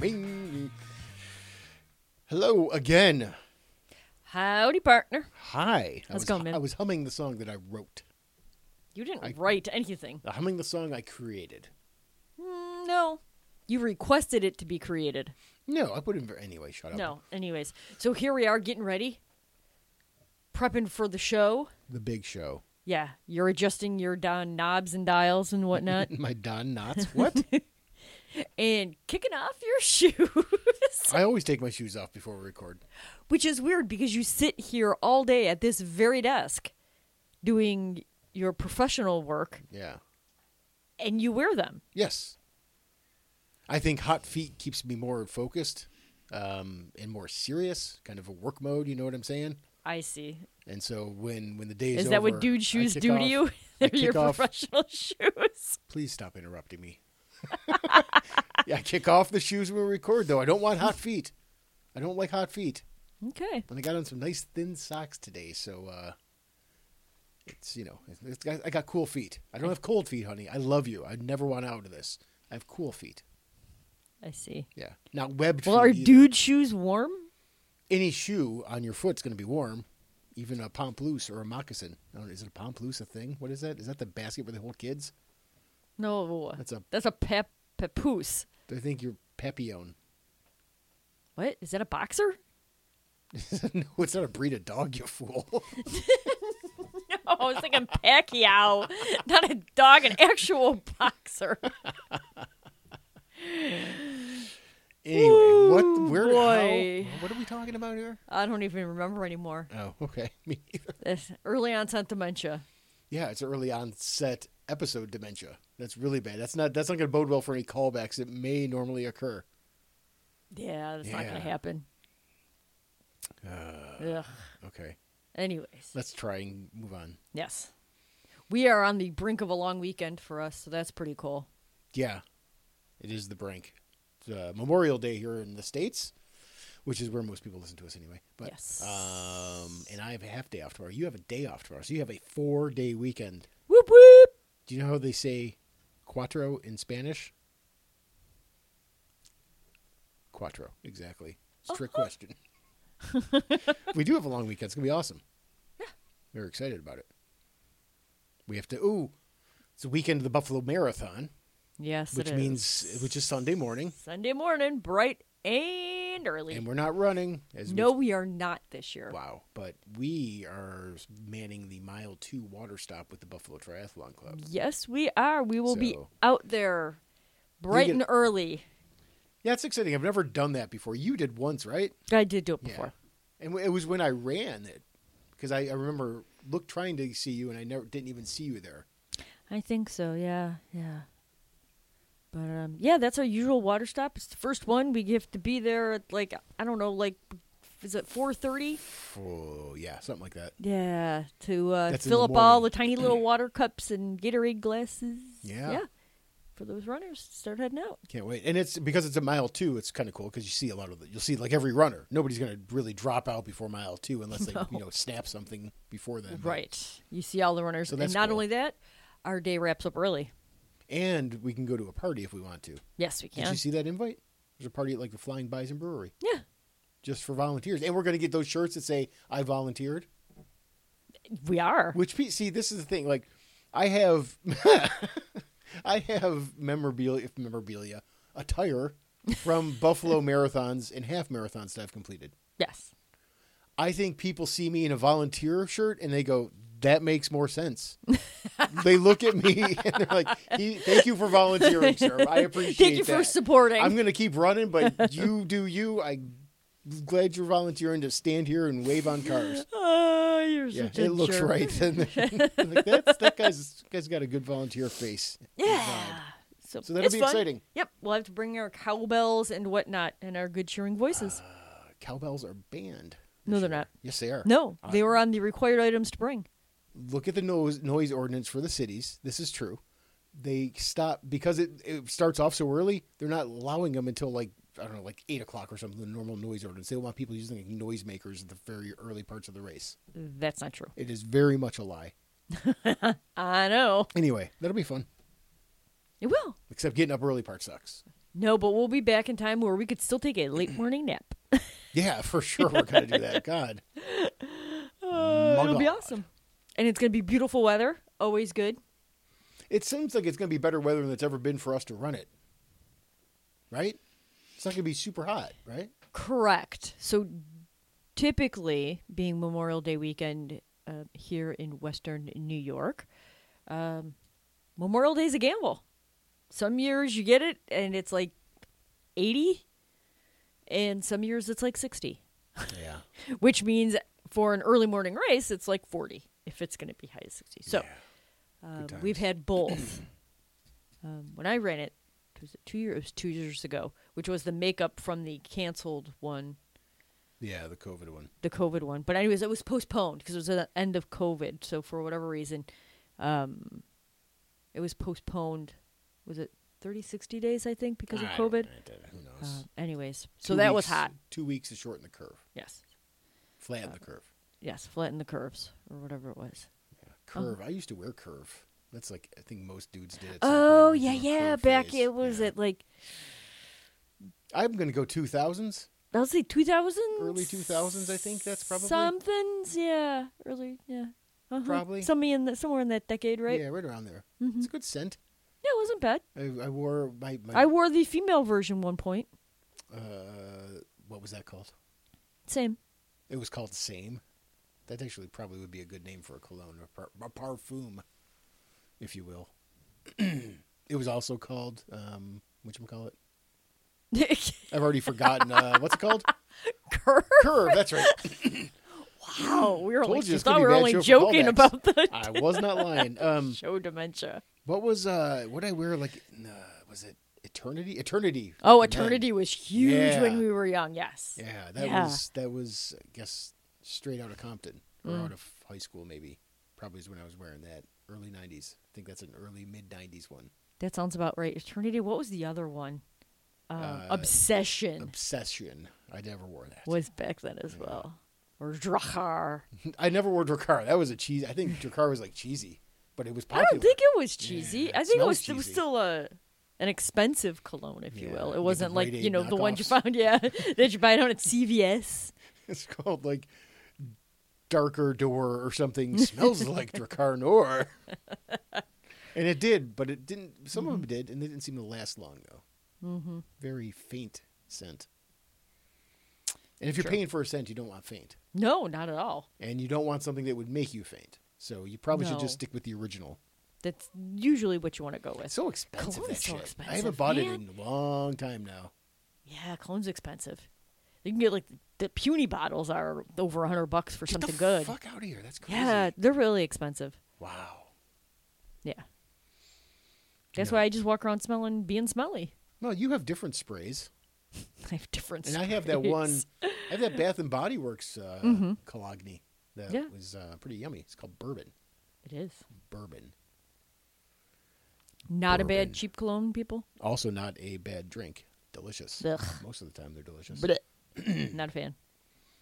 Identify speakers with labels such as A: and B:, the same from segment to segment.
A: Bing. Hello again.
B: Howdy, partner.
A: Hi. I
B: How's it
A: was-
B: going, man?
A: I was humming the song that I wrote.
B: You didn't
A: I-
B: write anything.
A: Uh, Humming the song I created.
B: Mm, No. You requested it to be created.
A: No, I put in for anyway. Shut up.
B: No. Anyways, so here we are getting ready, prepping for the show.
A: The big show.
B: Yeah, you're adjusting your down knobs and dials and whatnot,
A: My Don Knotts. What?
B: and kicking off your shoes,
A: I always take my shoes off before we record.
B: which is weird because you sit here all day at this very desk doing your professional work
A: Yeah.
B: and you wear them.
A: Yes. I think hot feet keeps me more focused um, and more serious, kind of a work mode. You know what I'm saying?
B: I see.
A: And so when when the day is,
B: Is that
A: over,
B: what dude
A: I
B: shoes
A: kick
B: do
A: off-
B: to you?
A: I
B: They're your
A: kick off-
B: professional shoes.
A: Please stop interrupting me. yeah, I kick off the shoes when we record, though. I don't want hot feet. I don't like hot feet.
B: Okay.
A: And I got on some nice thin socks today, so uh, it's you know, it's, it's got, I got cool feet. I don't have cold feet, honey. I love you. I never want out of this. I have cool feet.
B: I see.
A: Yeah, not webbed.
B: Well, are
A: feet either.
B: dude shoes warm?
A: any shoe on your foot's going to be warm, even a pamplemousse or a moccasin. I don't- Is it a pamplemousse a thing? What is that? Is that the basket where they hold kids?
B: No.
A: That's a.
B: That's a pep papoose.
A: I think you're papillon.
B: What? Is that a boxer?
A: no, it's not a breed of dog, you fool.
B: No, I was thinking Pacquiao, not a dog, an actual boxer.
A: anyway, what? Where?
B: boy.
A: How, what are we talking about here?
B: I don't even remember anymore.
A: Oh, okay. Me either.
B: This early onset dementia.
A: Yeah, it's early onset episode dementia. That's really bad. That's not. That's not going to bode well for any callbacks that may normally occur.
B: Yeah, that's not
A: Yeah. Uh.
B: gonna happen. Ugh.
A: Okay,
B: Anyways,
A: let's try and move on.
B: yes, we are on the brink of a long weekend for us, so that's pretty cool.
A: Yeah, it is the brink. It's uh, Memorial Day here in the states, which is where most people listen to us anyway. But
B: Yes.
A: um, and I have a half day off tomorrow. You have a day off tomorrow, so you have a four day weekend.
B: Whoop whoop.
A: Do you know how they say cuatro in Spanish? Cuatro, exactly. It's a trick
B: Uh-huh.
A: question. we do have a long weekend. It's gonna be awesome. Yeah, we're excited about it. We have to. Ooh, it's the weekend of the Buffalo Marathon,
B: Yes,
A: which
B: it is.
A: means which is Sunday morning.
B: Sunday morning, bright and early.
A: and we're not running as
B: no, we are not this year.
A: we, wow but we are manning the mile two water stop with the buffalo triathlon club
B: Yes, we are. We will be
A: So-
B: out there bright
A: get-
B: and early.
A: yeah it's exciting i've never done that before you did once right
B: I did do it before.
A: and w- it was when i ran it because I, I remember look trying to see you and i never didn't even see you there
B: I think so. Yeah, yeah. But um, yeah, that's our usual water stop. It's the first one. We have to be there at like I don't know, like is it four thirty?
A: oh yeah something like that
B: Yeah, to uh,
A: That's in
B: fill
A: the
B: up all
A: morning.
B: the tiny little water cups and Gatorade glasses.
A: Yeah.
B: for those runners, start heading out.
A: can't wait and it's because it's a mile two it's kind of cool because you see a lot of the you'll see like every runner nobody's going to really drop out before mile two unless they you know snap something before then but-
B: Right. You see all the runners,
A: So
B: and
A: that's
B: not
A: cool.
B: only that, our day wraps up early.
A: and we can go to a party if we want to
B: Yes, we
A: Did
B: can.
A: you see that invite? There's a party at like the Flying Bison Brewery
B: Yeah.
A: just for volunteers, and we're going to get those shirts that say "I volunteered."
B: We are.
A: Which pe- see, this is the thing. Like, I have, I have memorabilia, memorabilia, attire from Buffalo marathons and half marathons that I've completed.
B: Yes.
A: I think people see me in a volunteer shirt and they go, "That makes more sense." they look at me and they're like, he, "Thank you for volunteering, sir. I appreciate
B: Thank you for
A: that."
B: supporting.
A: I'm going to keep running, but you do you. I'm glad you're volunteering to stand here and wave on cars.
B: Oh, you're
A: Yeah,
B: such a
A: it looks
B: jerk.
A: right. And like that's, that guy's guy's got a good volunteer face.
B: Yeah. So,
A: So that'll
B: it's
A: be
B: fun.
A: exciting.
B: Yep. We'll have to bring our cowbells and whatnot and our good cheering voices.
A: Uh, cowbells are banned.
B: No,
A: this
B: they're
A: year.
B: not.
A: Yes, they are.
B: no, they were on the required items to bring.
A: Look at the noise noise ordinance for the cities. This is true. They stop because it, it starts off so early. They're not allowing them until like I don't know, like eight o'clock or something. The normal noise ordinance. They don't want people using like noisemakers at the very early parts of the race.
B: That's not true.
A: It is very much a lie.
B: I know.
A: Anyway, that'll be fun.
B: It will.
A: Except getting up early part sucks.
B: No, but we'll be back in time where we could still take a late morning nap.
A: Yeah, for sure we're gonna do that. God.
B: Uh, it'll be
A: God.
B: awesome. And it's going to be beautiful weather. Always good.
A: It seems like it's gonna be better weather than it's ever been for us to run it. Right? It's not gonna be super hot, right?
B: Correct. So typically, being Memorial Day weekend uh, here in Western New York, um, Memorial Day's a gamble. Some years you get it and it's like 80, and some years it's like 60,
A: Yeah.
B: which means for an early morning race, it's like 40 if it's going to be high as 60. So um,
A: Good
B: we've
A: times.
B: had both. um, when I ran it, was it two years? It was two years ago, which was the makeup from the canceled one
A: Yeah, the COVID one.
B: the COVID one. But anyways, it was postponed because it was at the end of COVID. So for whatever reason, um, it was postponed. Was it 30, 60 days? I think because of
A: I don't-
B: COVID.
A: I don't- Who knows?
B: Uh, anyways, so
A: Two
B: that was
A: weeks-
B: hot. Uh,
A: Two weeks to shorten the curve,
B: Yes,
A: flatten the curve.
B: yes, flatten the curves or whatever it was.
A: Curve. I used to wear curve. That's like I think most dudes did. at some point.
B: Oh
A: We
B: yeah,
A: wore
B: yeah.
A: curve
B: Back
A: phase.
B: it was
A: Yeah.
B: at like
A: I'm gonna go two thousands.
B: I'll say two thousand,
A: Early 2000s, I think that's probably-
B: something's yeah, early yeah, uh
A: Probably.
B: somewhere in the, somewhere in that decade, right?
A: Yeah, right around there.
B: Mhm.
A: It's a good scent.
B: Yeah, it wasn't bad.
A: I, I wore my, my
B: I wore the female version one point.
A: uh, what was that called?
B: Same.
A: It was called Same. That actually probably would be a good name for a cologne, a, par- a parfum, if you will. it was also called um, what you call it? I've already forgotten. Uh, what's it called?
B: Curve.
A: Curve. That's right.
B: Wow, we were
A: Told
B: only,
A: you it's gonna
B: thought we
A: be
B: were
A: bad
B: only
A: show for
B: joking
A: callbacks.
B: about the
A: I was not lying. Um,
B: show dementia.
A: what was uh, what I wear? Like, uh, was it Eternity? Eternity.
B: Oh,
A: for men.
B: Eternity was huge
A: Yeah.
B: when we were young. Yes.
A: Yeah, that
B: Yeah.
A: was that was I guess straight out of Compton or
B: Mm.
A: out of high school maybe. Probably is when I was wearing that early '90s. I think that's an early mid '90s one.
B: That sounds about right. Eternity. What was the other one? Um,
A: Uh,
B: Obsession
A: Obsession. I never wore that.
B: was back then as well. Or Drachar.
A: I never wore Dracar. That was a cheesy. I think Dracar was like cheesy, but it was
B: I
A: popular.
B: don't think it was cheesy.
A: Yeah, it
B: I think it
A: smells
B: was it was
A: cheesy.
B: still a an expensive cologne, if you
A: Yeah,
B: will.
A: like
B: It
A: the
B: wasn't like
A: Rite
B: you
A: Aid
B: know the one you
A: knockoffs.
B: found. Yeah, that you buy down at CVS.
A: it's called like Darker Door or something. Smells like Dracar Noir. and it did, but it didn't. Some of them did, and they didn't seem to last long though.
B: Mm-hmm.
A: Very faint scent. And if you're
B: Sure.
A: paying for a scent, you don't want faint.
B: No, not at all.
A: and you don't want something that would make you faint. So you probably should
B: No.
A: just stick with the original.
B: That's usually what you want to go with.
A: It's so expensive.
B: Cologne
A: that
B: is so
A: shit. I
B: expensive,
A: haven't bought it in
B: man.
A: a long time now.
B: Yeah, cologne's expensive. You can get like the puny bottles are over a hundred bucks for
A: Get
B: something
A: the
B: good.
A: Fuck out of here. That's crazy.
B: Yeah, they're really expensive.
A: Wow.
B: Yeah. That's
A: Yeah.
B: why I just walk around smelling being smelly.
A: No, you have different sprays,
B: I have different.
A: and I have that one.
B: sprays. Mm-hmm.
A: I have that Bath and Body Works uh, Cologne that
B: Yeah.
A: was uh, pretty yummy. It's called Bourbon.
B: It is
A: Bourbon.
B: not a
A: Bourbon.
B: bad cheap cologne, people.
A: Also, not a bad drink. Delicious.
B: Ugh.
A: Most of the time, they're delicious.
B: Blech. not a fan.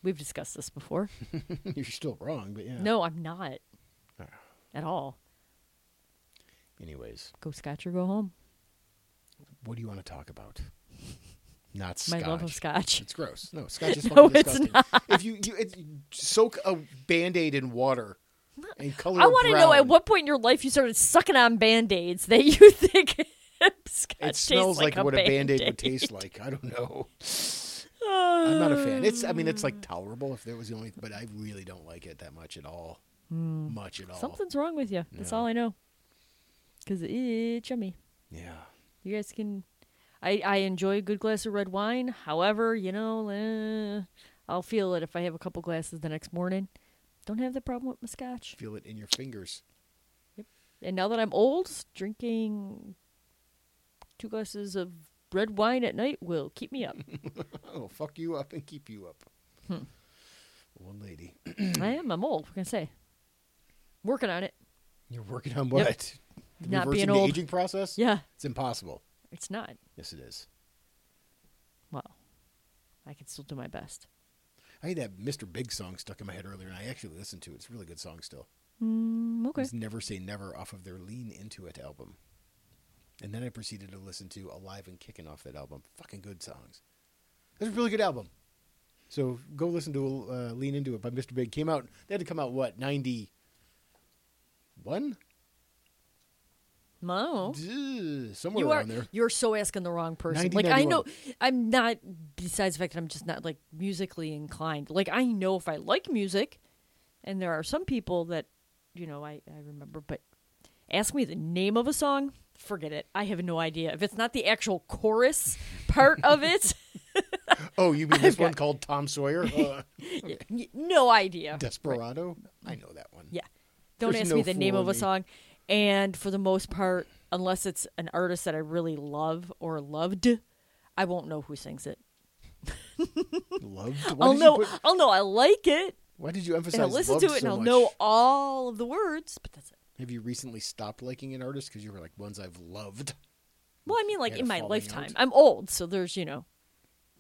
B: We've discussed this before.
A: You're still wrong, but yeah.
B: No, I'm not
A: Ah.
B: at all.
A: Anyways,
B: Go scotch or go home.
A: what do you want to talk about? Not
B: My
A: scotch.
B: love of scotch.
A: It's gross. No, scotch is
B: No,
A: fucking
B: it's
A: disgusting. If you, you it, soak a band aid in water and color
B: I
A: want to
B: know at what point in your life you started sucking on band aids that you think scotch
A: it
B: tastes
A: smells like,
B: a
A: what a band aid would
B: Band-Aid.
A: taste like. I don't know. I'm not a fan. It's I mean it's like tolerable if that was the only but I really don't like it that much at all.
B: Hmm.
A: Much at all.
B: Something's wrong with you. That's
A: No.
B: all I know. Because it's yummy.
A: Yeah.
B: You guys can. I, I enjoy a good glass of red wine. However, you know, eh, I'll feel it if I have a couple glasses the next morning. Don't have that problem with my scotch.
A: Feel it in your fingers.
B: And now that I'm old, drinking two glasses of red wine at night will keep me up.
A: It'll Oh, fuck you up and keep you up.
B: Hmm.
A: One lady.
B: I am. I'm old. What can I say? Working on it.
A: You're working on what? The
B: Not
A: reversing
B: being
A: the
B: old.
A: aging process?
B: Yeah,
A: It's impossible.
B: it's not.
A: Yes it is.
B: Well, I can still do my best.
A: I had that Mr. Big song stuck in my head earlier and I actually listened to it. It's a really good song still.
B: Mm, okay.
A: was Never Say Never off of their Lean Into It album. And then I proceeded to listen to Alive and Kicking off that album. Fucking good songs. That's a really good album. So go listen to uh, Lean Into It by Mr. Big. Came out, they had to come out, what, 91?
B: Mo.
A: Duh, Somewhere
B: Oh. You are
A: around there.
B: you're so asking the wrong person.
A: 90,
B: Like I know
A: 91.
B: I'm not besides the fact that I'm just not like musically inclined. Like I know if I like music and there are some people that you know I, I remember but ask me the name of a song, forget it. I have no idea. If it's not the actual chorus part of it,
A: Oh, you mean this one
B: got-
A: called Tom Sawyer? Uh,
B: y- no idea.
A: Desperado? I know that one.
B: Yeah. Don't
A: There's
B: ask
A: no
B: me the name
A: fooling
B: of a
A: me.
B: song. And for the most part, unless it's an artist that I really love or loved, I won't know who sings it.
A: Loved? Why
B: I'll
A: did you
B: know.
A: put-
B: I'll know. I like it,
A: Why did you emphasize
B: and I'll listen
A: loved
B: to
A: so
B: it, and I'll
A: much?
B: know all of the words. But that's it.
A: Have you recently stopped liking an artist because you were like ones I've loved,
B: Well, I mean, like
A: had
B: in
A: a
B: my
A: falling
B: lifetime,
A: out?
B: I'm old, so there's you know,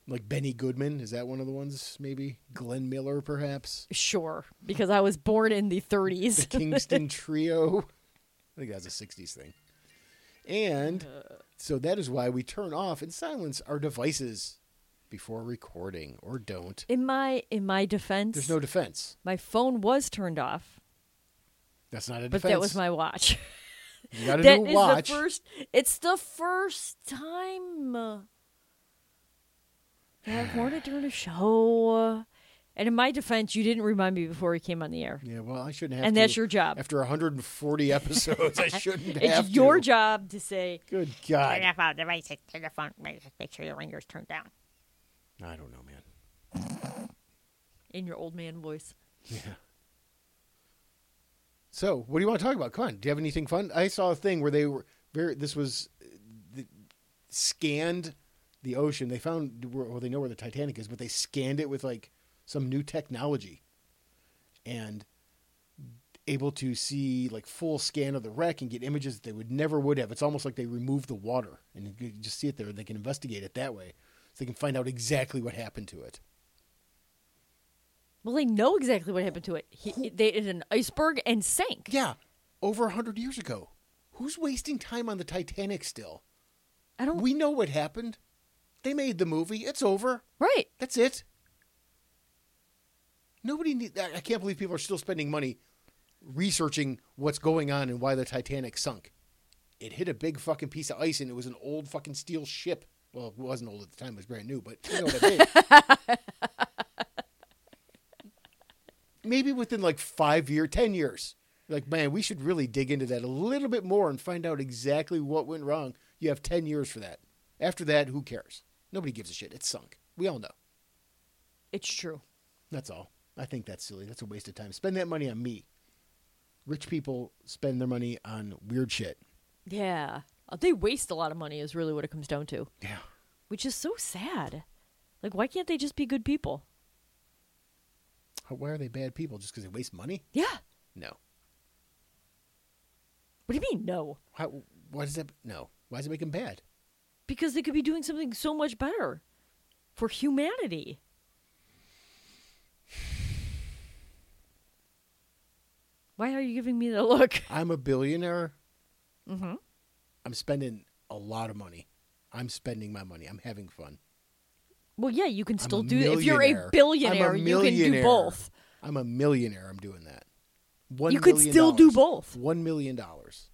A: like Benny Goodman? Is that one of the ones? Maybe Glenn Miller, perhaps
B: sure, because I was born in the 30s.
A: Kingston Trio. I think that's a '60s thing. And
B: Uh.
A: so that is why we turn off and silence our devices before recording, or don't.
B: in my in my defense,
A: There's no defense.
B: my phone was turned off,
A: That's not a
B: but
A: defense.
B: that was my watch.
A: You got a
B: That is
A: new watch.
B: the first. It's the first time uh, that I've worn it during a show. And in my defense, you didn't remind me before we came on the air,
A: Yeah, well, I shouldn't have.
B: and
A: to.
B: that's your job.
A: After 140 episodes, I shouldn't have.
B: it's your
A: to.
B: job to say
A: Good God.
C: Turn off all devices. Turn the phone. Make sure your ringer's turned down.
A: I don't know, man.
B: in your old man voice.
A: So, what do you want to talk about? Come on. Do you have anything fun? I saw a thing where they were very. This was uh, the, scanned the ocean. They found where well, they know where the Titanic is, but they scanned it with like some new technology, and able to see like full scan of the wreck and get images that they would never would have. It's almost like they removed the water and you could just see it there. and They can investigate it that way, so they can find out exactly what happened to it.
B: Well, they know exactly what happened to it. He, they in an iceberg and sank.
A: Yeah, over a hundred years ago. Who's wasting time on the Titanic still?
B: I don't.
A: We know what happened. They made the movie. It's over.
B: right.
A: That's it. Nobody need. I I can't believe people are still spending money researching what's going on and why the Titanic sunk. It hit a big fucking piece of ice and it was an old fucking steel ship. Well, it wasn't old at the time; it was brand new. But you know what I mean. Maybe within like five year, ten years. Like, man, we should really dig into that a little bit more and find out exactly what went wrong. You have ten years for that. After that, who cares? Nobody gives a shit. It's sunk. We all know.
B: It's true.
A: That's all. I think that's silly. That's a waste of time. Spend that money on me. Rich people spend their money on weird shit.
B: Yeah. Uh, They waste a lot of money. Is really what it comes down to,
A: Yeah.
B: which is so sad. Like, why can't they just be good people?
A: How, why are they bad people? Just because they waste money?
B: Yeah.
A: No.
B: What do you mean no?
A: How, why does that? No. Why does it make them bad?
B: Because they could be doing something so much better for humanity. Why are you giving me that look?
A: I'm a billionaire.
B: Mm-hmm.
A: I'm spending a lot of money. I'm spending my money. I'm having fun.
B: Well, yeah, you can
A: I'm
B: still
A: a
B: do if you're
A: millionaire. I'm
B: a
A: a
B: billionaire, you can do
A: millionaire.
B: both.
A: I'm a millionaire. I'm doing that. One
B: You could
A: million
B: still do
A: dollars.
B: both.
A: One million dollars.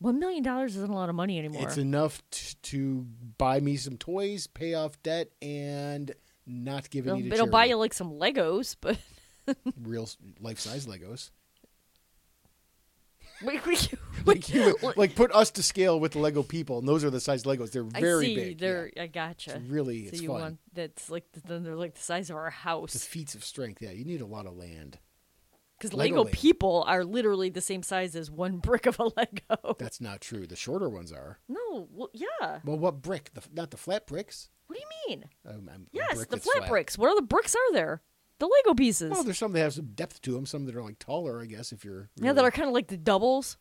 B: One million dollars isn't a lot of money anymore.
A: It's enough t- to buy me some toys, pay off debt, and not give
B: it'll
A: any to
B: it'll buy
A: charity.
B: you like some Legos, but
A: real life size Legos.
B: wait, wait,
A: Like, you, like put us to scale with the Lego people, and those are the size Legos. They're very
B: I see.
A: big.
B: They're
A: yeah.
B: I gotcha.
A: It's really
B: so
A: it's
B: you
A: fun.
B: want that's like then they're like the size of our
A: It's
B: house
A: feats of strength. Yeah, you need a lot of land.
B: because
A: Lego
B: Lego,
A: Land.
B: people are literally the same size as one brick of a Lego.
A: That's not true. The shorter ones are.
B: No, well, yeah.
A: Well, what brick? The, not the flat bricks.
B: What do you mean?
A: Um, um, a
B: Yes,
A: brick
B: the
A: that's
B: flat, bricks. What other bricks are there? The Lego pieces.
A: Well, there's some that have some depth to them. Some that are like taller, I guess. If you're
B: yeah, that
A: really-
B: are kind of like the doubles.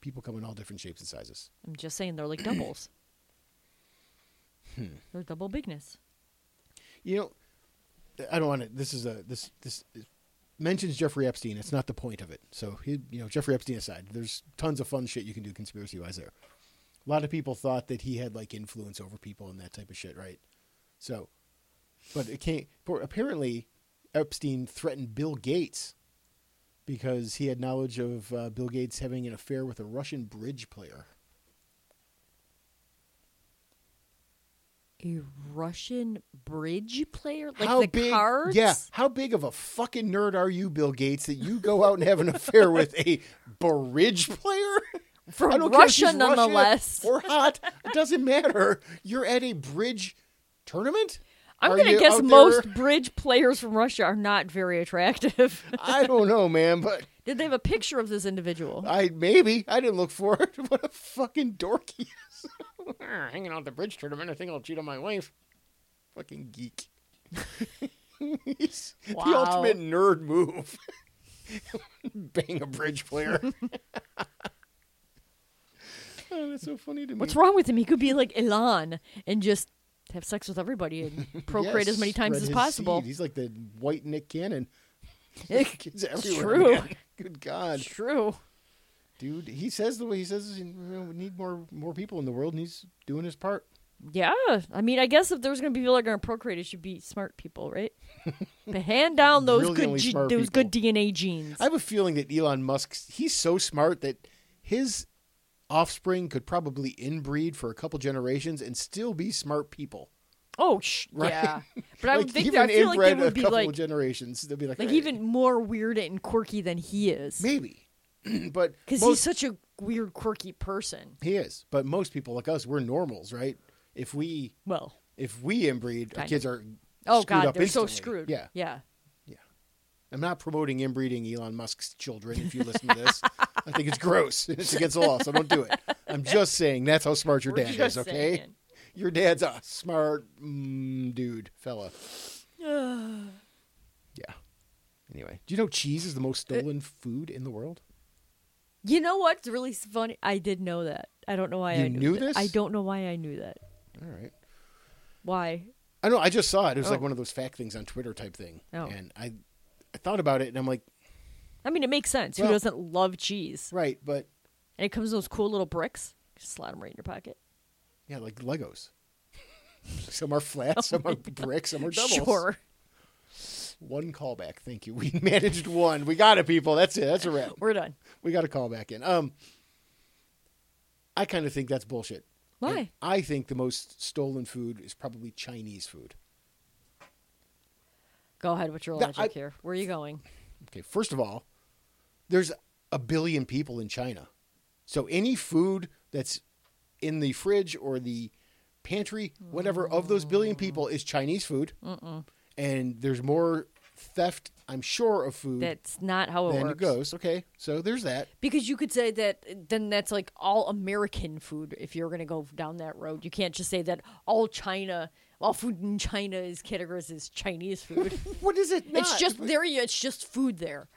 A: people come in all different shapes and sizes.
B: I'm just saying they're like doubles.
A: Hmm.
B: They're double bigness.
A: You know, I don't want to. This is a this this mentions Jeffrey Epstein. It's not the point of it. So he, you know, Jeffrey Epstein aside, there's tons of fun shit you can do conspiracy wise there. A lot of people thought that he had like influence over people and that type of shit, right? So, but it can't. But apparently, Epstein threatened Bill Gates because he had knowledge of uh, Bill Gates having an affair with a Russian bridge player.
B: A Russian bridge player? Like
A: how
B: the
A: big?
B: cards?
A: Yeah, how big of a fucking nerd are you, Bill Gates, that you go out and have an affair with a bridge player?
B: From
A: I don't care if she's
B: Russia, nonetheless.
A: Russian or hot. It doesn't matter. You're at a bridge tournament.
B: I'm
A: Are
B: going to
A: you
B: guess
A: out
B: most
A: there?
B: bridge players from Russia are not very attractive.
A: I don't know, man, but
B: Did they have a picture of this individual?
A: I maybe I didn't look for it. What a fucking dork he is. Hanging out at the bridge tournament. I think I'll cheat on my wife. Fucking geek. He's the
B: Wow.
A: ultimate nerd move. Bang a bridge player. oh, that's so funny to me.
B: What's wrong with him? He could be like Elon and just have sex with everybody and procreate as many
A: Yes,
B: times
A: spread
B: as
A: his
B: possible.
A: seed. He's like the white Nick Cannon. Kids everywhere.
B: true.
A: man. Good God,
B: It's true.
A: dude. He says the way he says. You know, we need more more people in the world, and he's doing his part.
B: Yeah. I mean, I guess if there's going to be people that are going to procreate, it should be smart people, right? but hand down those
A: Brilliantly
B: good ge-
A: smart
B: those good DNA genes.
A: I have a feeling that Elon Musk. He's so smart that his offspring could probably inbreed for a couple generations and still be smart people.
B: oh, sh-
A: Right.
B: yeah. But I
A: like,
B: would think
A: even
B: that I feel like they
A: inbred
B: would
A: a
B: be
A: couple
B: like
A: generations. They'll be like,
B: like
A: "Hey,
B: even more weird and quirky than he is
A: maybe, but
B: because
A: most-
B: he's such a weird, quirky person.
A: he is. But most people like us, we're normals, right? If we
B: Well,
A: if we inbreed, our
B: Kind
A: kids are
B: oh
A: screwed
B: god,
A: up
B: they're so
A: instantly.
B: screwed.
A: Yeah,
B: yeah.
A: I'm not promoting inbreeding Elon Musk's children. If you listen to this, I think it's gross. It's against the law, so don't do it. I'm just saying that's how smart your
B: We're
A: dad is.
B: just
A: Okay,
B: saying.
A: your dad's a smart mm, dude, fella. Yeah. Anyway, do you know cheese is the most stolen food in the world?
B: You know what's really funny? I did know that. I don't know why
A: You
B: I knew,
A: knew
B: that.
A: this?
B: I don't know why I knew that.
A: All right.
B: Why?
A: I know. I just saw it. It was like
B: Oh.
A: one of those fact things on Twitter type thing,
B: Oh.
A: and I, I thought about it, and I'm like,
B: I mean, it makes sense.
A: Well-
B: Who doesn't love cheese?
A: right, but
B: And it comes in those cool little bricks. Just slide them right in your pocket.
A: yeah, like Legos. some are flat, some are bricks, some are doubles.
B: Oh Sure.
A: One callback. Thank you. We managed one. We got it, people. That's it. That's a wrap.
B: We're done.
A: We got a callback in. Um, I kind of think that's bullshit.
B: Why?
A: And I think the most stolen food is probably Chinese food.
B: Go ahead with your
A: No,
B: logic
A: I-
B: here. Where are you going?
A: Okay, first of all, there's a billion people in China. So any food that's in the fridge or the pantry, whatever, of those billion people is Chinese food. And there's more theft, I'm sure, of food
B: That's not how it
A: than
B: works.
A: it goes. Okay, so there's that.
B: Because you could say that then that's like all American food if you're going to go down that road. You can't just say that all China, all food in China is categorized as Chinese food.
A: What is it?
B: It's
A: not?
B: just there. You, it's just food there.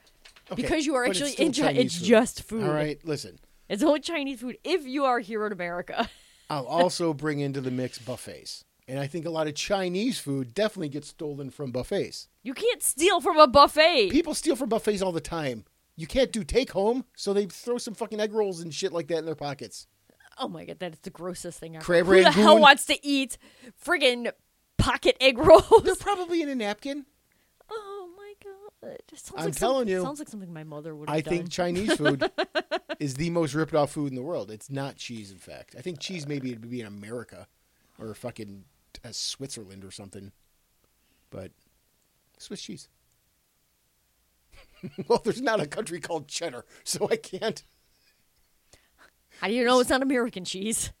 A: Okay,
B: because you are
A: but it's
B: actually
A: still
B: in China.
A: Chinese
B: It's
A: food.
B: just food.
A: All right, listen.
B: It's only Chinese food if you are here in America.
A: I'll also bring into the mix buffets. And I think a lot of Chinese food definitely gets stolen from buffets.
B: You can't steal from a buffet.
A: People steal from buffets all the time. You can't do take home, so they throw some fucking egg rolls and shit like that in their pockets.
B: oh my god, that is the grossest thing ever.
A: Crab
B: Who the hell
A: Rangoon.
B: wants to eat friggin' pocket egg rolls?
A: They're probably in a napkin.
B: oh my god, it sounds
A: I'm
B: like some-
A: telling you.
B: sounds like something my mother would. have
A: I think
B: done.
A: Chinese food is the most ripped off food in the world. It's not cheese, in fact. I think cheese maybe it would be in America or fucking uh, Switzerland or something. But Swiss cheese. well, there's not a country called cheddar, so I can't.
B: How do you know it's not American cheese?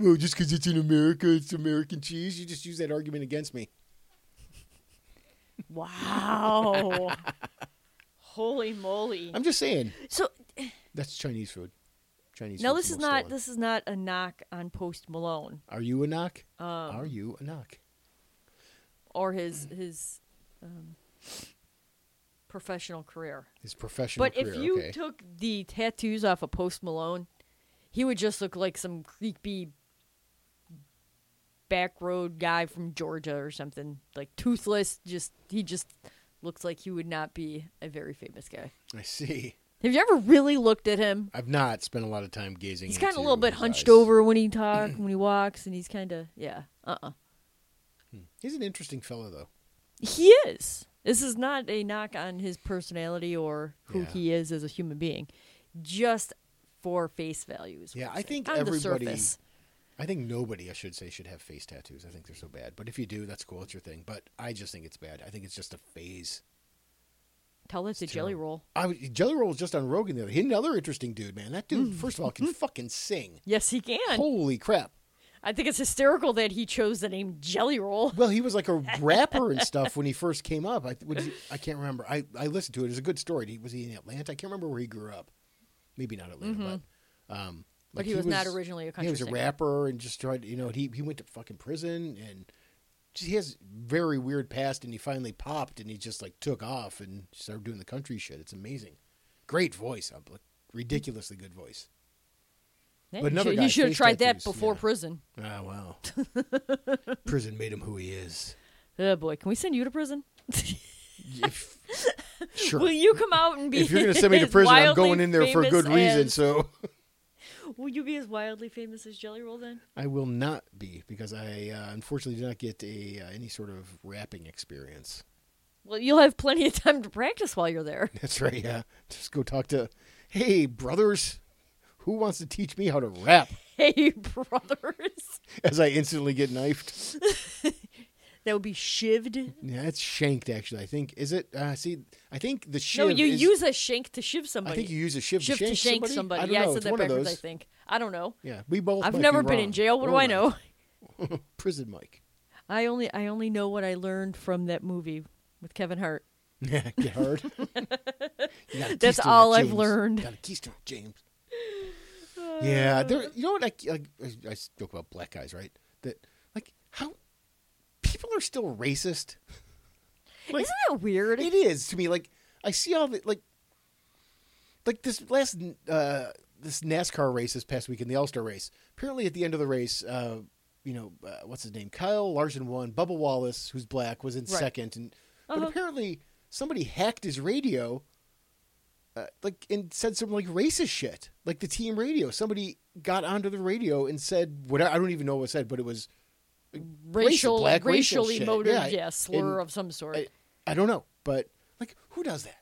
A: Well, just because it's in America, it's American cheese. You just use that argument against me.
B: Wow. Holy moly.
A: I'm just saying
B: so
A: that's Chinese food. Chinese.
B: now
A: food's
B: this is
A: the most
B: not
A: stolen.
B: this is not a knock on Post Malone
A: Are you a knock?
B: Um.
A: Are you a knock?
B: or his his um, professional career.
A: His professional
B: But
A: career.
B: if you
A: okay.
B: took the tattoos off of Post Malone, he would just look like some creepy back road guy from Georgia or something, like toothless. Just he just Looks like he would not be a very famous guy.
A: I see.
B: Have you ever really looked at him?
A: I've not spent a lot of time gazing.
B: He's kind of a
A: into
B: little bit
A: his
B: hunched
A: eyes.
B: over when he talks, when he walks, and he's kind of yeah. Uh uh
A: He's an interesting fellow, though.
B: He is. This is not a knock on his personality or who
A: Yeah.
B: he is as a human being, just for face values.
A: Yeah, I think
B: on the
A: everybody-
B: surface.
A: I think nobody, I should say, should have face tattoos. I think they're so bad. But if you do, that's cool. It's your thing. But I just think it's bad. I think it's just a phase.
B: Tell that to Jelly
A: terrible.
B: Roll.
A: I was, Jelly Roll was just on Rogan the other. He's another interesting dude, man. That
B: Mm.
A: dude, first of all,
B: Mm-hmm.
A: can fucking sing.
B: Yes, he can.
A: Holy crap!
B: I think it's hysterical that he chose the name Jelly Roll.
A: Well, he was like a rapper and stuff when he first came up. I what is he- I can't remember. I, I listened to it. It's a good story. He, was he in Atlanta? I can't remember where he grew up. Maybe not Atlanta, but um,
B: Mm-hmm. But he was not originally a
A: He
B: country
A: was a
B: singer.
A: rapper and just tried. You know, he he went to fucking prison and just, he has very weird past. And he finally popped and he just like took off and started doing the country shit. It's amazing. Great voice. I'm like, ridiculously good voice.
B: Yeah,
A: But another
B: he should,
A: guy,
B: he should have
A: face
B: tried
A: tattoos,
B: that before
A: yeah.
B: prison.
A: Ah, wow. prison made him who he is.
B: Oh boy, can we send you to prison?
A: If- sure.
B: Will you come out and be?
A: if you're going to send me to
B: as
A: prison, I'm
B: wildly
A: going in there for a
B: famous
A: good reason.
B: as-
A: So
B: will you be as wildly famous as Jelly Roll then?
A: I will not be because I uh, unfortunately did not get a uh, any sort of rapping experience.
B: Well, you'll have plenty of time to practice while you're there.
A: That's right. Yeah, just go talk to. Hey, brothers, who wants to teach me how to rap?
B: Hey, brothers,
A: As I instantly get knifed.
B: that would be shivved.
A: Yeah, it's shanked. Actually, I think is it. Uh, see, I think the shiv.
B: no, you
A: is-
B: use a shank to shiv somebody.
A: I think you use a shiv,
B: shiv
A: to shank,
B: somebody.
A: I don't know.
B: yeah, I said
A: it's
B: that
A: one of
B: backwards.
A: those.
B: I think I don't know.
A: Yeah, we both.
B: I've
A: might be
B: never been
A: wrong.
B: in jail. What do
A: Or
B: I
A: right.
B: know?
A: Prison Mike.
B: I only I only know what I learned from that movie with Kevin Hart.
A: Yeah, get hard. You gotta
B: That's
A: keystone
B: all
A: that,
B: I've
A: James.
B: learned.
A: Got a keystone, it, James. yeah, there. You know what? I, I, I joke about black guys, right? That like how people are still racist. Like,
B: Isn't that weird?
A: it is to me. Like I see all the like, like this last uh, this NASCAR race this past week in the All Star race. Apparently, at the end of the race, uh, you know uh, what's his name? Kyle Larson won. Bubba Wallace, who's black, was in
B: Right.
A: second, and
B: Uh-huh.
A: but apparently somebody hacked his radio. Uh, like and said some like racist shit, like the team radio. Somebody got onto the radio and said whatever. I don't even know what it said, but it was
B: racial,
A: black racial
B: racially
A: shit. Yeah,
B: motivated, yeah, slur
A: and
B: of some sort.
A: I, I don't know, but like, who does that?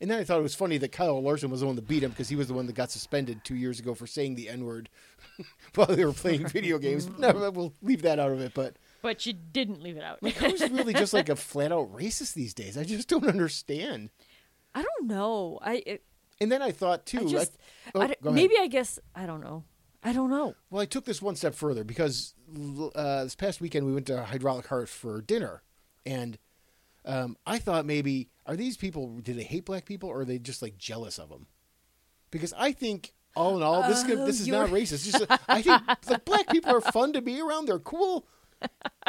A: And then I thought it was funny that Kyle Larson was the one that beat him because he was the one that got suspended two years ago for saying the N word while they were playing video games. No, we'll leave that out of it. But
B: but you didn't leave it out.
A: like, who's really just like a flat out racist these days? I just don't understand.
B: I don't know. I it,
A: And then I thought too,
B: I just
A: oh,
B: I don't-
A: go ahead.
B: maybe I guess I don't know. I don't know.
A: Well, I took this one step further because l- uh, this past weekend we went to Hydraulic Heart for dinner, and um, I thought maybe are these people do they hate black people or are they just like jealous of them? Because I think all in all this could,
B: Oh,
A: this is
B: you
A: not
B: were-
A: racist. Just, I think like black people are fun to be around. They're cool.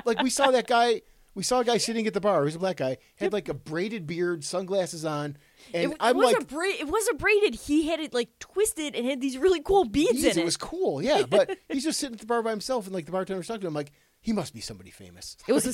A: Like we saw that guy. We saw a guy sitting at the bar. He's a black guy. Had like a braided beard, sunglasses on, and
B: it,
A: I'm
B: was
A: like,
B: a bra- it was a braided. He had it like twisted and had these really cool beads
A: Jeez,
B: in it.
A: was cool, yeah. But he's just sitting at the bar by himself, and like the bartender's talking to him, like he must be somebody famous.
B: It was the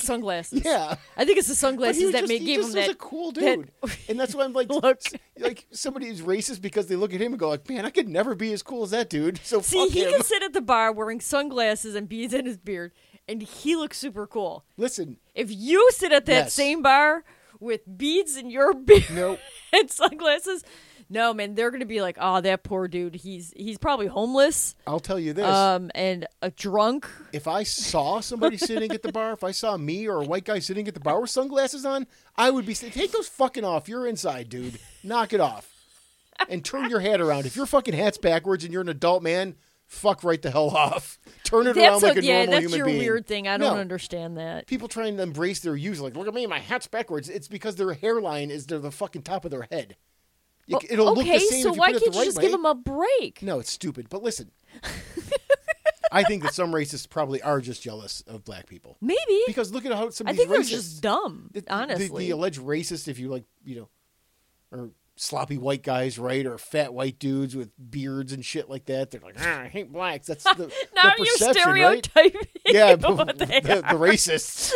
B: sunglasses.
A: Yeah.
B: I think it's the
A: But he
B: sunglasses
A: was
B: that
A: just,
B: made,
A: he
B: gave
A: just
B: him
A: was
B: that
A: a cool
B: that-
A: dude, and that's why I'm like,
B: Look.
A: s- like somebody is racist because they look at him and go, like, man, I could never be as cool as that dude. So
B: See,
A: fuck
B: he
A: him.
B: can sit at the bar wearing sunglasses and beads in his beard, and he looks super cool.
A: Listen,
B: If you sit at that
A: Yes.
B: same bar with beads in your beard
A: no,
B: and sunglasses, no man, they're gonna be like, "Oh, that poor dude. He's he's probably homeless,
A: I'll tell you this:
B: um, and a drunk."
A: if I saw somebody sitting at the bar, if I saw me or a white guy sitting at the bar with sunglasses on, I would be saying, take those fucking off. You're inside, dude. Knock it off, and turn your hat around. If your fucking hat's backwards and you're an adult man, fuck right the hell off. Turn it around
B: That's
A: like
B: a,
A: a
B: yeah,
A: normal
B: that's
A: human
B: your
A: being.
B: weird thing. I don't
A: No.
B: understand that.
A: people trying to embrace their youth, like, look at me, my hat's backwards. It's because their hairline is to the fucking top of their head. You c- It'll
B: okay,
A: look the same
B: so
A: if you
B: why
A: put
B: can't
A: it the right
B: you just
A: way.
B: give him a break?
A: No, it's stupid. But listen, I think that some racists probably are just jealous of black people
B: Maybe
A: because look at how some
B: I
A: of these
B: think they're
A: racists,
B: just dumb.
A: the- the-
B: honestly,
A: the, alleged racist, if you like, you know, or sloppy white guys, right, or fat white dudes with beards and shit like that. They're like, ah, I hate blacks. That's the,
B: now
A: the
B: you're
A: perception, right?
B: stereotyping.
A: yeah,
B: what
A: but
B: they
A: the, the racists.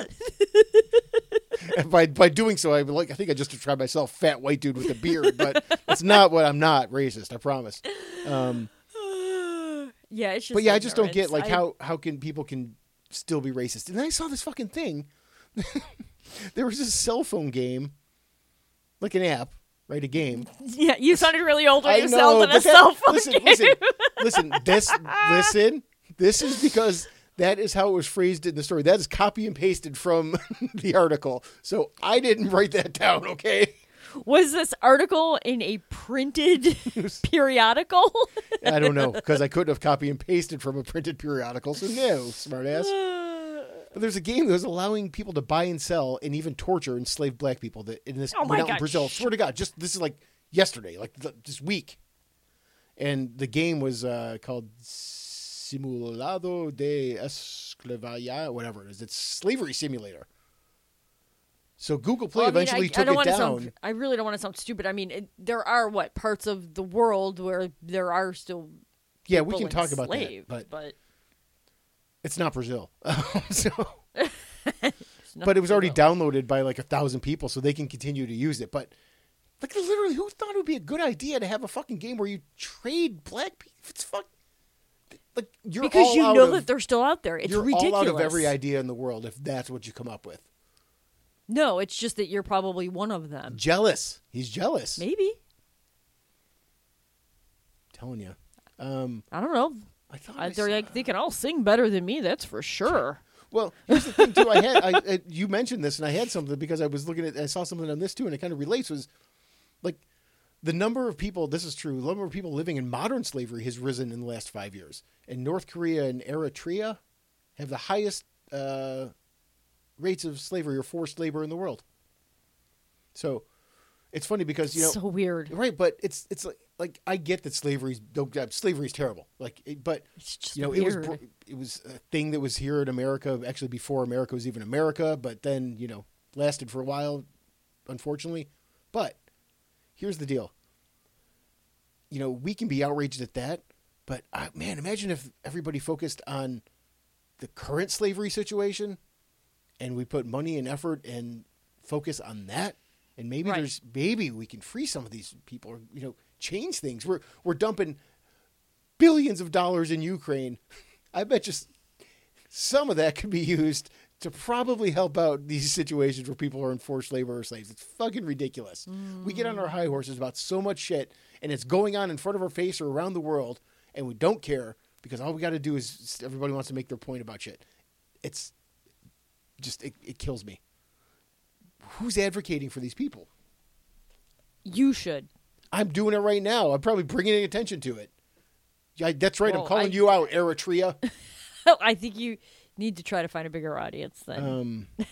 A: And by by doing so, I would like I think I just described myself fat white dude with a beard, but it's not what I'm not racist. I promise. Um,
B: yeah, it's just.
A: but yeah, I just don't get
B: ignorance.
A: like
B: I-
A: how how can people can still be racist? And then I saw this fucking thing. there was this cell phone game, like an app, right? A game.
B: Yeah, you sounded really old
A: I
B: when you sold in
A: but
B: a
A: that-
B: cell phone
A: listen,
B: game.
A: Listen, listen, this, listen. This is because that is how it was phrased in the story. That is copy and pasted from the article. So I didn't write that down. Okay,
B: Was this article in a printed periodical?
A: I don't know because I couldn't have copy and pasted from a printed periodical. So no, smartass.
B: Uh.
A: But there's a game that was allowing people to buy and sell and even torture enslaved black people that in this
B: Oh my
A: went out in
B: God,
A: Brazil. Swear to God, just this is like yesterday, like th- this week. And the game was uh, called Simulado de Esclavia, whatever it is. It's slavery simulator. So Google Play
B: Well, I mean,
A: eventually
B: I, I
A: took
B: don't
A: it
B: wanna
A: down.
B: Sound, I really don't want to sound stupid. I mean, it, there are what parts of the world where there are still
A: yeah, we
B: people
A: can talk about that,
B: enslaved,
A: but
B: but
A: it's not Brazil. so,
B: it's
A: but it was already
B: nothing
A: downloaded by like a thousand people, so they can continue to use it. But Like literally, who thought it would be a good idea to have a fucking game where you trade black people? It's fuck. Like you're
B: because
A: all
B: you
A: out
B: know
A: of,
B: that they're still out there. It's
A: you're
B: ridiculous.
A: all out of every idea in the world if that's what you come up with.
B: No, it's just that you're probably one of them.
A: Jealous. He's jealous.
B: Maybe
A: telling you. Um,
B: I don't know.
A: I thought
B: I,
A: I
B: Uh, they're
A: saw-
B: like thinking I'll sing better than me. That's for sure.
A: Well, here's the thing too. I had I, I, you mentioned this, and I had something because I was looking at I saw something on this too, and it kind of relates was like the number of people. This is true. The number of people living in modern slavery has risen in the last five years, and North Korea and Eritrea have the highest uh, rates of slavery or forced labor in the world. So it's funny because you know
B: so weird.
A: right, but it's it's like like I get that slavery's don't slavery's terrible. Like, it- but
B: It's just
A: you know,
B: weird.
A: it was br- it was a thing that was here in America actually before America was even America, but then you know lasted for a while, unfortunately. But here's the deal. You know, we can be outraged at that, but I, man, imagine if everybody focused on the current slavery situation, and we put money and effort and focus on that, and maybe
B: Right.
A: there's maybe we can free some of these people, or you know, change things. We're we're dumping billions of dollars in Ukraine. I bet you s- some of that could be used to probably help out these situations where people are in forced labor or slaves. It's fucking ridiculous. We get on our high horses about so much shit, and it's going on in front of our face or around the world, and we don't care because all we got to do is s- everybody wants to make their point about shit. It's just, it, it kills me. Who's advocating for these people?
B: You should.
A: I'm doing it right now. I'm probably bringing attention to it. Yeah, that's right. I'm
B: Well,
A: calling
B: I-
A: you out, Eritrea.
B: I think you need to try to find a bigger audience than.
A: Um,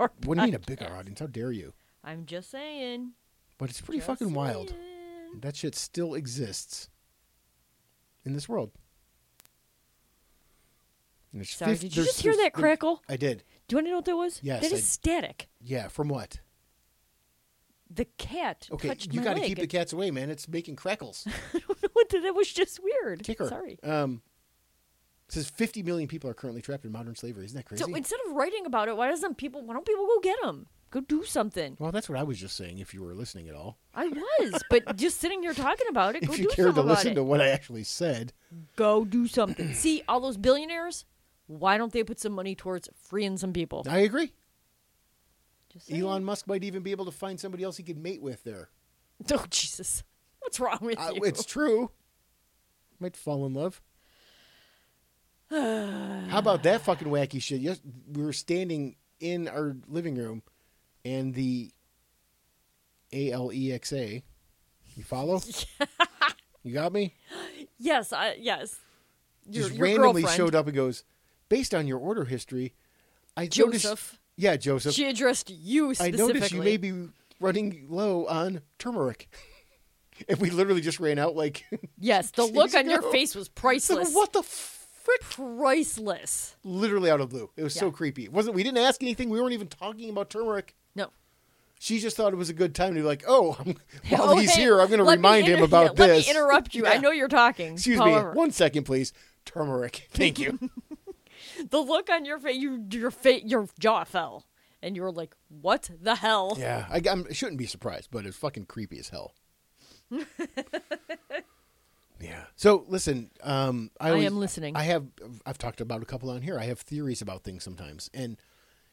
B: our
A: what do you mean a
B: podcast.
A: bigger audience? How dare you?
B: I'm just saying.
A: But it's pretty
B: Just
A: fucking wild.
B: saying.
A: That shit still exists in this world. And there's
B: Sorry,
A: fif-
B: did you
A: there's-
B: just hear
A: there's-
B: that
A: there-
B: crackle?
A: I did.
B: Do you want to know what that was?
A: Yes,
B: That
A: I-
B: is static.
A: Yeah, from what?
B: The cat
A: Okay,
B: touched
A: you
B: my
A: got to
B: leg.
A: keep the cats away, man. It's making crackles.
B: What the- that was just weird.
A: Kick her.
B: Sorry.
A: Um, it says 50 million people are currently trapped in modern slavery. Isn't that crazy?
B: So instead of writing about it, why doesn't people? Why don't people go get them? Go do something.
A: well, that's what I was just saying if you were listening at all.
B: I was, but just sitting here talking about it. Go
A: if
B: do
A: you cared to
B: something about
A: listen
B: it.
A: to what I actually said.
B: Go do something. See all those billionaires. Why don't they put some money towards freeing some people?
A: I agree.
B: Just saying.
A: Elon Musk might even be able to find somebody else he could mate with there.
B: Oh Jesus, what's wrong with
A: I,
B: you?
A: it's true. Might fall in love. How about that fucking wacky shit? Yes, we were standing in our living room, and the A L E X A. You follow? you got me.
B: Yes, I yes. Your,
A: Just
B: your
A: randomly
B: girlfriend,
A: showed up and goes, based on your order history, I noticed.
B: Joseph.
A: Yeah, Joseph.
B: She addressed you
A: I
B: specifically.
A: noticed you may be running low on turmeric. and we literally just ran out like,
B: Yes, the look on your
A: ago.
B: face was priceless.
A: what the frick?
B: Priceless.
A: Literally out of the blue. It was so
B: Yeah.
A: creepy. It wasn't we didn't ask anything. We weren't even talking about turmeric.
B: No.
A: She just thought it was a good time to be like, oh, I'm, while
B: Oh,
A: he's
B: hey,
A: here, I'm going to
B: let me
A: remind
B: inter-
A: him about
B: let
A: this.
B: Let me interrupt you. I
A: Yeah.
B: know you're talking.
A: Excuse
B: However,
A: me. One second, please. Turmeric. Thank you.
B: The look on your face, you, your fa- your jaw fell. and you're like, what the hell?
A: Yeah, I, I'm, I shouldn't be surprised, but it's fucking creepy as hell. yeah. So listen, um, I,
B: I
A: always-
B: am listening.
A: I have I've talked about a couple on here. I have theories about things sometimes, and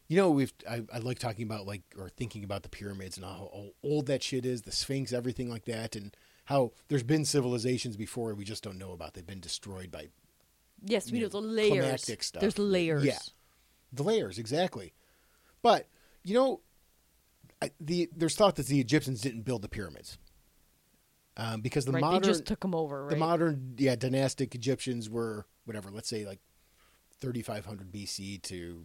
A: you know we've I, I like talking about like or thinking about the pyramids and how o- old that shit is, the Sphinx, everything like that, and how there's been civilizations before we just don't know about. They've been destroyed by
B: Yes, we
A: you
B: know
A: know,
B: the layers.
A: climactic stuff.
B: There's layers.
A: Yeah. The layers, exactly. But you know, I, the there's thought that the Egyptians didn't build the pyramids um, because the
B: right.
A: modern
B: they just took them over. Right.
A: the modern yeah dynastic Egyptians were whatever. Let's say like 3500 BC to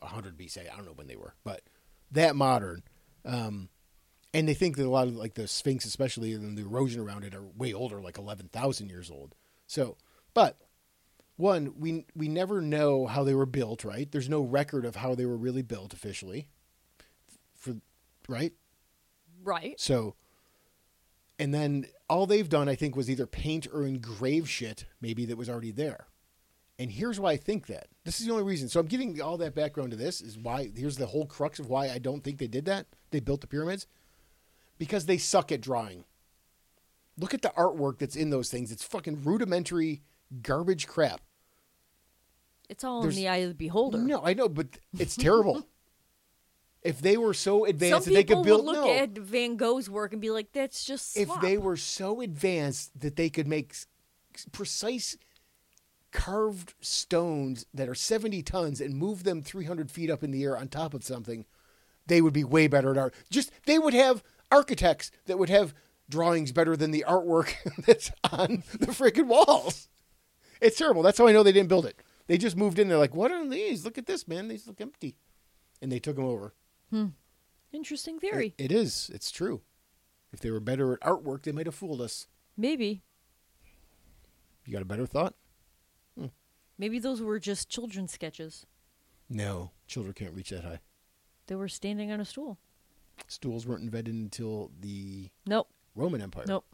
A: 100 BC. I don't know when they were, but that modern. Um, and they think that a lot of like the Sphinx, especially and the erosion around it, are way older, like 11,000 years old. So, but one we we never know how they were built right there's no record of how they were really built officially for right
B: right.
A: so and then all they've done i think was either paint or engrave shit maybe that was already there and here's why i think that this is the only reason so i'm getting all that background to this is why here's the whole crux of why i don't think they did that they built the pyramids because they suck at drawing look at the artwork that's in those things it's fucking rudimentary garbage crap
B: It's all
A: There's-
B: in the eye of the beholder.
A: No, I know, but it's terrible. if they were so
B: Some
A: advanced
B: people
A: that they could build,
B: would look
A: no.
B: at Van Gogh's work and be like, "That's just
A: if
B: slop."
A: they were so advanced that they could make s- precise carved stones that are 70 tons and move them 300 feet up in the air on top of something, they would be way better at art. Just they would have architects that would have drawings better than the artwork that's on the freaking walls. It's terrible. That's how I know they didn't build it. They just moved in. They're like, "What are these? Look at this, man. These look empty," and they took them over.
B: Interesting theory.
A: It- it is. It's true. If they were better at artwork, they might have fooled us.
B: Maybe,
A: You got a better thought?
B: maybe those were just children's sketches.
A: No, children can't reach that high.
B: They were standing on a stool.
A: Stools weren't invented until the
B: Nope.
A: Roman Empire.
B: Nope.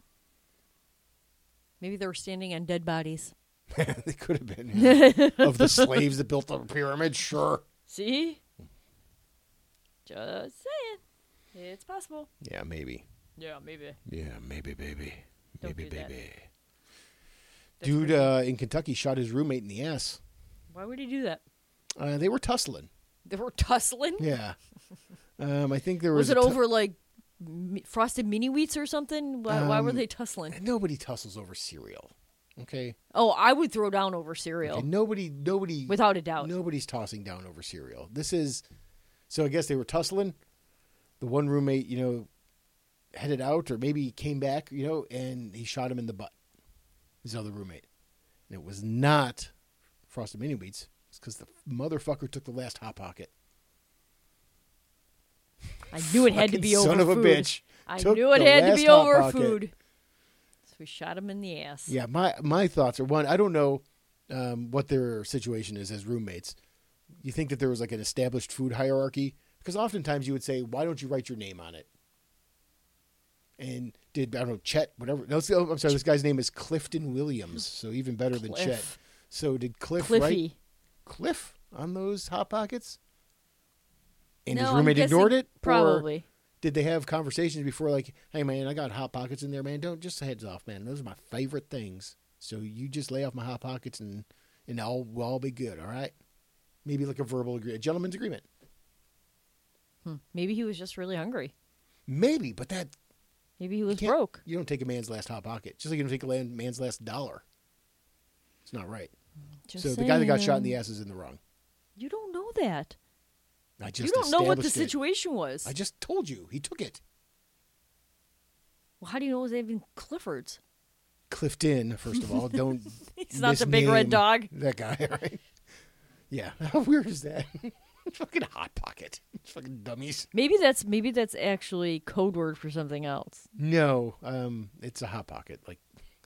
B: Maybe they were standing on dead bodies.
A: they could have been yeah. of the slaves that built the pyramid. Sure.
B: See?
A: Hmm.
B: Just saying. It's possible.
A: Yeah, maybe.
B: Yeah, maybe.
A: Yeah, maybe, baby.
B: Don't do that. That's
A: Dude
B: crazy.
A: uh, in Kentucky shot his roommate in the ass.
B: Why would he do that?
A: Uh, they were tussling.
B: They were tussling?
A: Yeah. Um, I think there was.
B: was, it
A: a tu-
B: over like m- frosted mini wheats or something? Why, why were
A: Um,
B: they tussling?
A: Nobody tussles over cereal. Okay.
B: Oh, I would throw down over cereal.
A: okay. Nobody. Nobody.
B: Without a doubt.
A: Nobody's tossing down over cereal. This is so I guess they were tussling. The one roommate, you know, headed out or maybe he came back, you know, and he shot him in the butt. His other roommate. And it was not Frosted Mini Wheats. It's because the motherfucker took the last Hot Pocket.
B: I knew it had to
A: Fucking
B: be over
A: son of a
B: food.
A: bitch.
B: I
A: Took
B: knew it
A: the
B: had to
A: last
B: be
A: Hot
B: over
A: Pocket.
B: food. So we shot him in the ass.
A: Yeah, my my thoughts are one. I don't know um, what their situation is as roommates. You think that there was like an established food hierarchy because oftentimes you would say, "Why don't you write your name on it?" And did I don't know Chet whatever? No, so- I'm sorry. This guy's name is Clifton Williams, so even better than Chet.
B: Cliff.
A: So did Cliff
B: Cliffy.
A: write Cliff on those hot pockets? And
B: No,
A: his
B: I'm
A: roommate
B: guessing
A: ignored it. Or
B: Probably.
A: did they have conversations before like hey man i got hot pockets in there man don't just heads off man those are my favorite things so you just lay off my hot pockets and and all we'll all be good all right maybe like a verbal agree a gentleman's agreement
B: Hmm. Maybe he was just really hungry.
A: maybe but that
B: Maybe he was
A: can't-
B: broke.
A: you don't take a man's last hot pocket just like you don't take a land- man's last dollar it's not right
B: Just
A: so the guy that got shot in
B: saying.
A: the ass is in the wrong
B: You don't know that.
A: i
B: You
A: just
B: don't know what the
A: established it.
B: situation was.
A: i just told you he took it
B: Well, how do you know it was even Clifford's?
A: clifton first of all don't
B: He's not the big red
A: misname
B: dog.
A: That guy, right? Yeah. How weird is that? fucking hot pocket. Fucking dummies.
B: Maybe that's maybe that's actually code word for something else.
A: No, um, it's a hot pocket. Like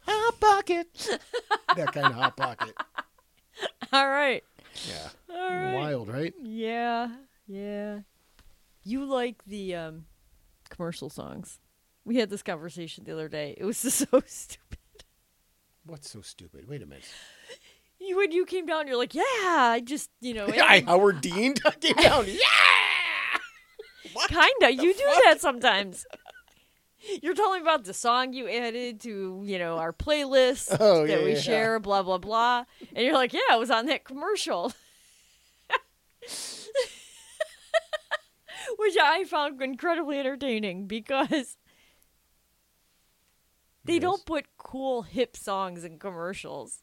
A: hot pocket. that kind of hot pocket.
B: All right.
A: Yeah.
B: All right.
A: Wild, right?
B: Yeah. Yeah. You like the um, commercial songs. We had this conversation the other day. It was just so stupid.
A: What's so stupid? Wait a minute.
B: You when Oh, you came down, you're like, "Yeah, I just you know."
A: I Howard Dean came down. Yeah.
D: What?
B: Kinda. You do
D: fuck?
B: that sometimes. You're telling me about the song you added to, you know, our playlist
A: Oh,
B: that
A: yeah,
B: we
A: yeah.
B: share, blah blah blah. And you're like, yeah, it was on that commercial. Which I found incredibly entertaining because they
A: Yes.
B: don't put cool hip songs in commercials.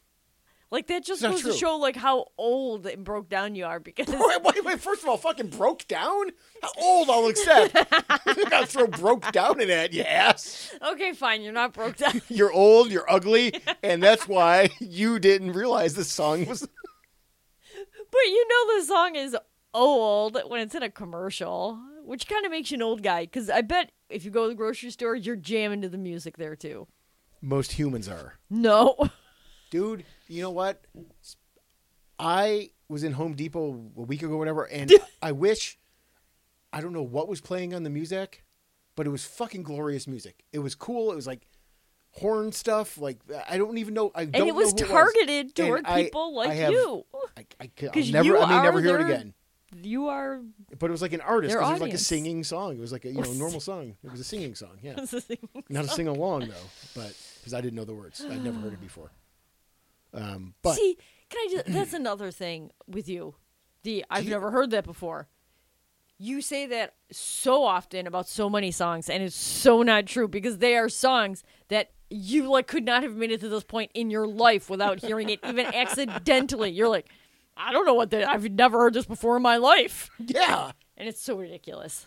B: Like that just
A: It's not
B: goes to
A: true.
B: show like how old and broke down you are because
A: Wait, wait, wait, first of all, fucking broke down? How old I'll accept. you gotta throw broke down in that, you ass.
B: okay, fine, you're not broke down.
A: You're old, you're ugly, and that's why you didn't realize this song was.
B: But you know the song is old when it's in a commercial, which kind of makes you an old guy. Because I bet if you go to the grocery store, you're jamming to the music there too.
A: Most humans are.
B: No,
A: Dude, you know what? I was in Home Depot a week ago, or whatever, and I wish I don't know what was playing on the music, but it was fucking glorious music. It was cool. It was like horn stuff. Like I don't even know. I don't
B: and it was
A: know who
B: targeted
A: And
B: toward
A: I-
B: people like
A: I have-
B: you.
A: I, I, could- I'll
B: 'Cause
A: never,
B: you
A: I may
B: are
A: never hear it
B: their-
A: again.
B: You are.
A: But it was like an artist.
B: their
A: 'cause It was like a
B: audience.
A: singing song. It was like a you know
B: Or
A: normal song. It was a singing song. Yeah,
B: That's
A: not a sing along though, but because I didn't know the words, I'd never heard it before. Um, but
B: See, can I just? That's another thing with you. The I've
A: you-
B: never heard that before. You say that so often about so many songs, and it's so not true because they are songs that you like could not have made it to this point in your life without hearing it, even accidentally. You're like, I don't know what that. I've never heard this before in my life,
A: yeah,
B: and it's so ridiculous.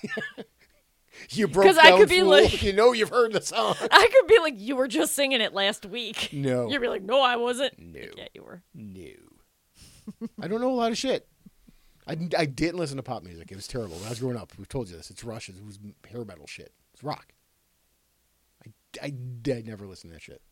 A: you broke down.
B: I could be
A: fool.
B: like-
A: you know, you've heard the song.
B: I could be like, you were just singing it last week.
A: No.
B: you'd be like, no, I wasn't.
A: No.
B: yeah, you were.
A: No, I don't know a lot of shit. I, didn't- I didn't listen to pop music. It was terrible when I was growing up. We've told you this. It's Russian. It was hair metal shit. It's rock. I, I, I never listened to that shit.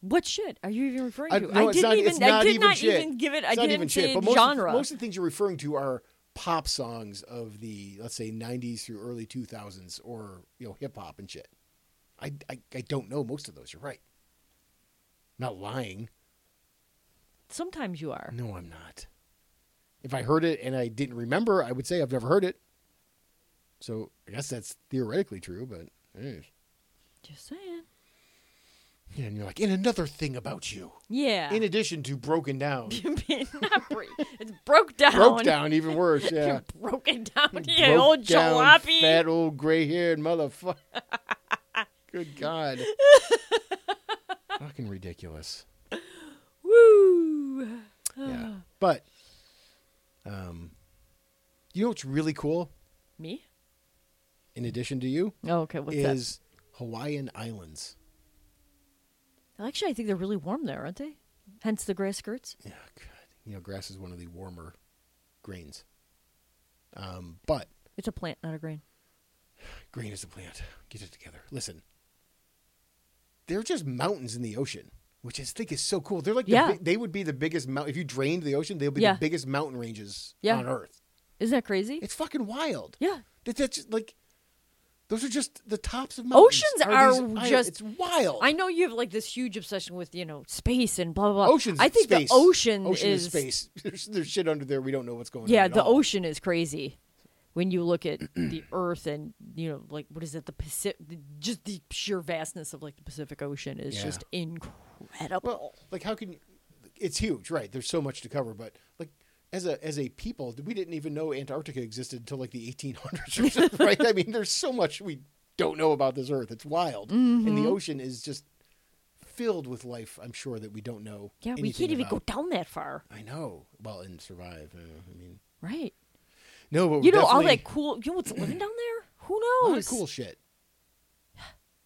B: What shit are you even referring
A: I-
B: to?
A: no,
B: I
A: it's
B: didn't
A: not-
B: even.
A: it's
B: I
A: not
B: did
A: even
B: not
A: shit.
B: even give it. I
A: It's not
B: didn't
A: even
B: say
A: shit, but most
B: genre.
A: Of, most of the things you're referring to are pop songs of the let's say 90s through early 2000s, or you know hip hop and shit. I, I I don't know most of those. You're right. I'm not lying.
B: Sometimes you are.
A: No, I'm not. If I heard it and I didn't remember, I would say I've never heard it. So I guess that's theoretically true, but eh.
B: Just saying.
A: yeah. And you're like, and another thing about you,
B: Yeah.
A: in addition to broken down,
B: Not bre- it's broke down.
A: broke down, even worse. Yeah.
B: You're broken down. You
A: broke
B: old
A: down,
B: jalopy.
A: fat old gray-haired motherfucker. Good God! Fucking ridiculous.
B: Woo.
A: Yeah, but um, you know what's really cool?
B: Me?
A: In addition to you,
B: Oh, okay. What's that?
A: is Hawaiian Islands.
B: Well, Actually, I think they're really warm there, aren't they? Hence the gray skirts.
A: Yeah, God. You know, grass is one of the warmer grains. Um, but
B: It's a plant, not a grain.
A: green is the plant. Get it together. Listen, they're just mountains in the ocean, which I think is so cool. They're like, the
B: Yeah.
A: big- they would be the biggest mountain. If you drained the ocean, they'll be
B: Yeah.
A: the biggest mountain ranges
B: Yeah.
A: on Earth.
B: Isn't that crazy?
A: It's fucking wild.
B: yeah.
A: That, that's just, like, those are just the tops of mountains.
B: Oceans
A: are, these
B: are
A: islands.
B: just-
A: It's wild.
B: I know you have like this huge obsession with you know space and blah blah blah.
A: Oceans,
B: I think
A: space.
B: the ocean,
A: ocean
B: is
A: space. There's, there's shit under there. We don't know what's going on.
B: Yeah,
A: at
B: the
A: all.
B: ocean is crazy. When you look at the Earth and you know, like what is it, the Pacific? Just the sheer vastness of like the Pacific Ocean is
A: Yeah.
B: just incredible.
A: Well, like how can it's huge, right? There's so much to cover, but like as a as a people, we didn't even know Antarctica existed until like the 1800s or something, right? I mean, there's so much we don't know about this earth. It's wild. And
B: Mm-hmm.
A: the ocean is just filled with life, I'm sure that we don't know.
B: yeah, we can't
A: anything
B: even go
A: about.
B: down that far,
A: I know. Well, and survive. uh, I mean,
B: right?
A: no, but
B: You know all
A: definitely-
B: that cool. You know what's living down there? Who
A: a lot
B: knows?
A: of cool shit.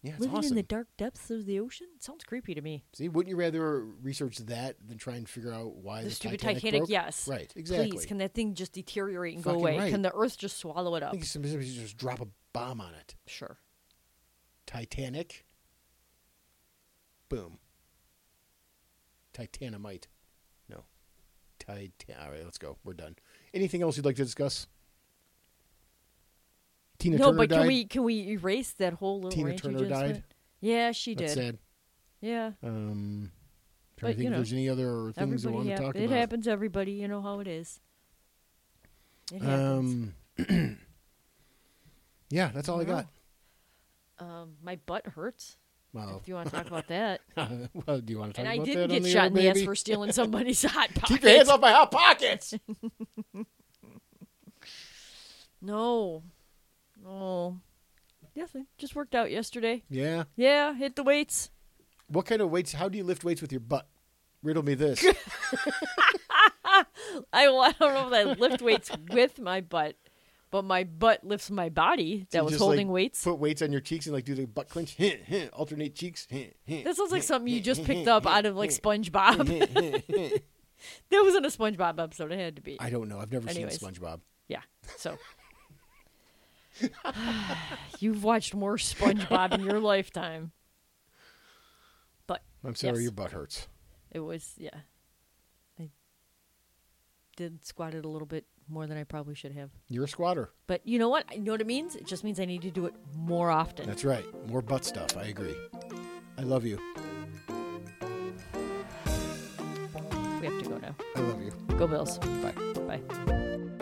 A: Yeah, it's
B: living
A: awesome.
B: in the dark depths of the ocean sounds creepy to me.
A: See, wouldn't you rather research that than try and figure out why
B: The,
A: the,
B: stupid
A: Titanic,
B: Titanic,
A: broke?
B: yes.
A: Right, exactly.
B: Please, can that thing just deteriorate and
A: Fucking
B: go away?
A: right.
B: Can the Earth just swallow it
A: I
B: up?
A: think somebody should just drop a bomb on it.
B: Sure.
A: Titanic. Boom. Titanomite. No. Titan. All right, let's go. We're done. Anything else you'd like to discuss? Tina
B: no,
A: Turner
B: but
A: died.
B: can we can we erase that whole little
A: Tina
B: rant you
A: Turner
B: just
A: died.
B: went? Yeah, she did.
A: That's sad.
B: Yeah.
A: Um,
B: But,
A: trying to think
B: you
A: if
B: know,
A: there's any other things we
B: Everybody
A: want
B: hap-
A: to talk
B: it
A: about.
B: happens to everybody. You know how it is. It happens.
A: Um, Yeah, that's all I got.
B: Um, my butt hurts.
A: Wow.
B: If you want to talk about that,
A: well, do you want to talk
B: and I
A: about
B: didn't
A: that on
B: get
A: the
B: shot
A: air,
B: in the ass
A: baby?
B: for stealing somebody's hot pocket.
A: Keep your hands off my hot pockets.
B: No, no. Nothing. Just worked out yesterday.
A: yeah.
B: Yeah, hit the weights.
A: What kind of weights? How do you lift weights with your butt? Riddle me this.
B: I, well, I don't know if I lift weights with my butt, but my butt lifts my body that
A: You
B: was
A: just,
B: holding
A: like,
B: weights.
A: Put weights on your cheeks and like do the butt clinch. Heh, heh, Alternate cheeks. Heh, heh,
B: That sounds like
A: heh,
B: something you
A: heh,
B: just
A: heh,
B: picked
A: heh,
B: up
A: heh,
B: out of like
A: heh,
B: SpongeBob.
A: heh, heh, heh.
B: That wasn't a SpongeBob episode. It had to be.
A: I don't know. I've never
B: Anyways.
A: seen SpongeBob.
B: Yeah. So you've watched more SpongeBob in your lifetime. But
A: I'm sorry,
B: Yes.
A: your butt hurts.
B: it was yeah. I did squat it a little bit more than I probably should have.
A: You're a squatter.
B: But you know what? You know what it means? It just means I need to do it more often.
A: That's right. More butt stuff. I agree. I love you.
B: we have to go now.
A: I love you.
B: Go Bills.
A: Bye.
B: Bye.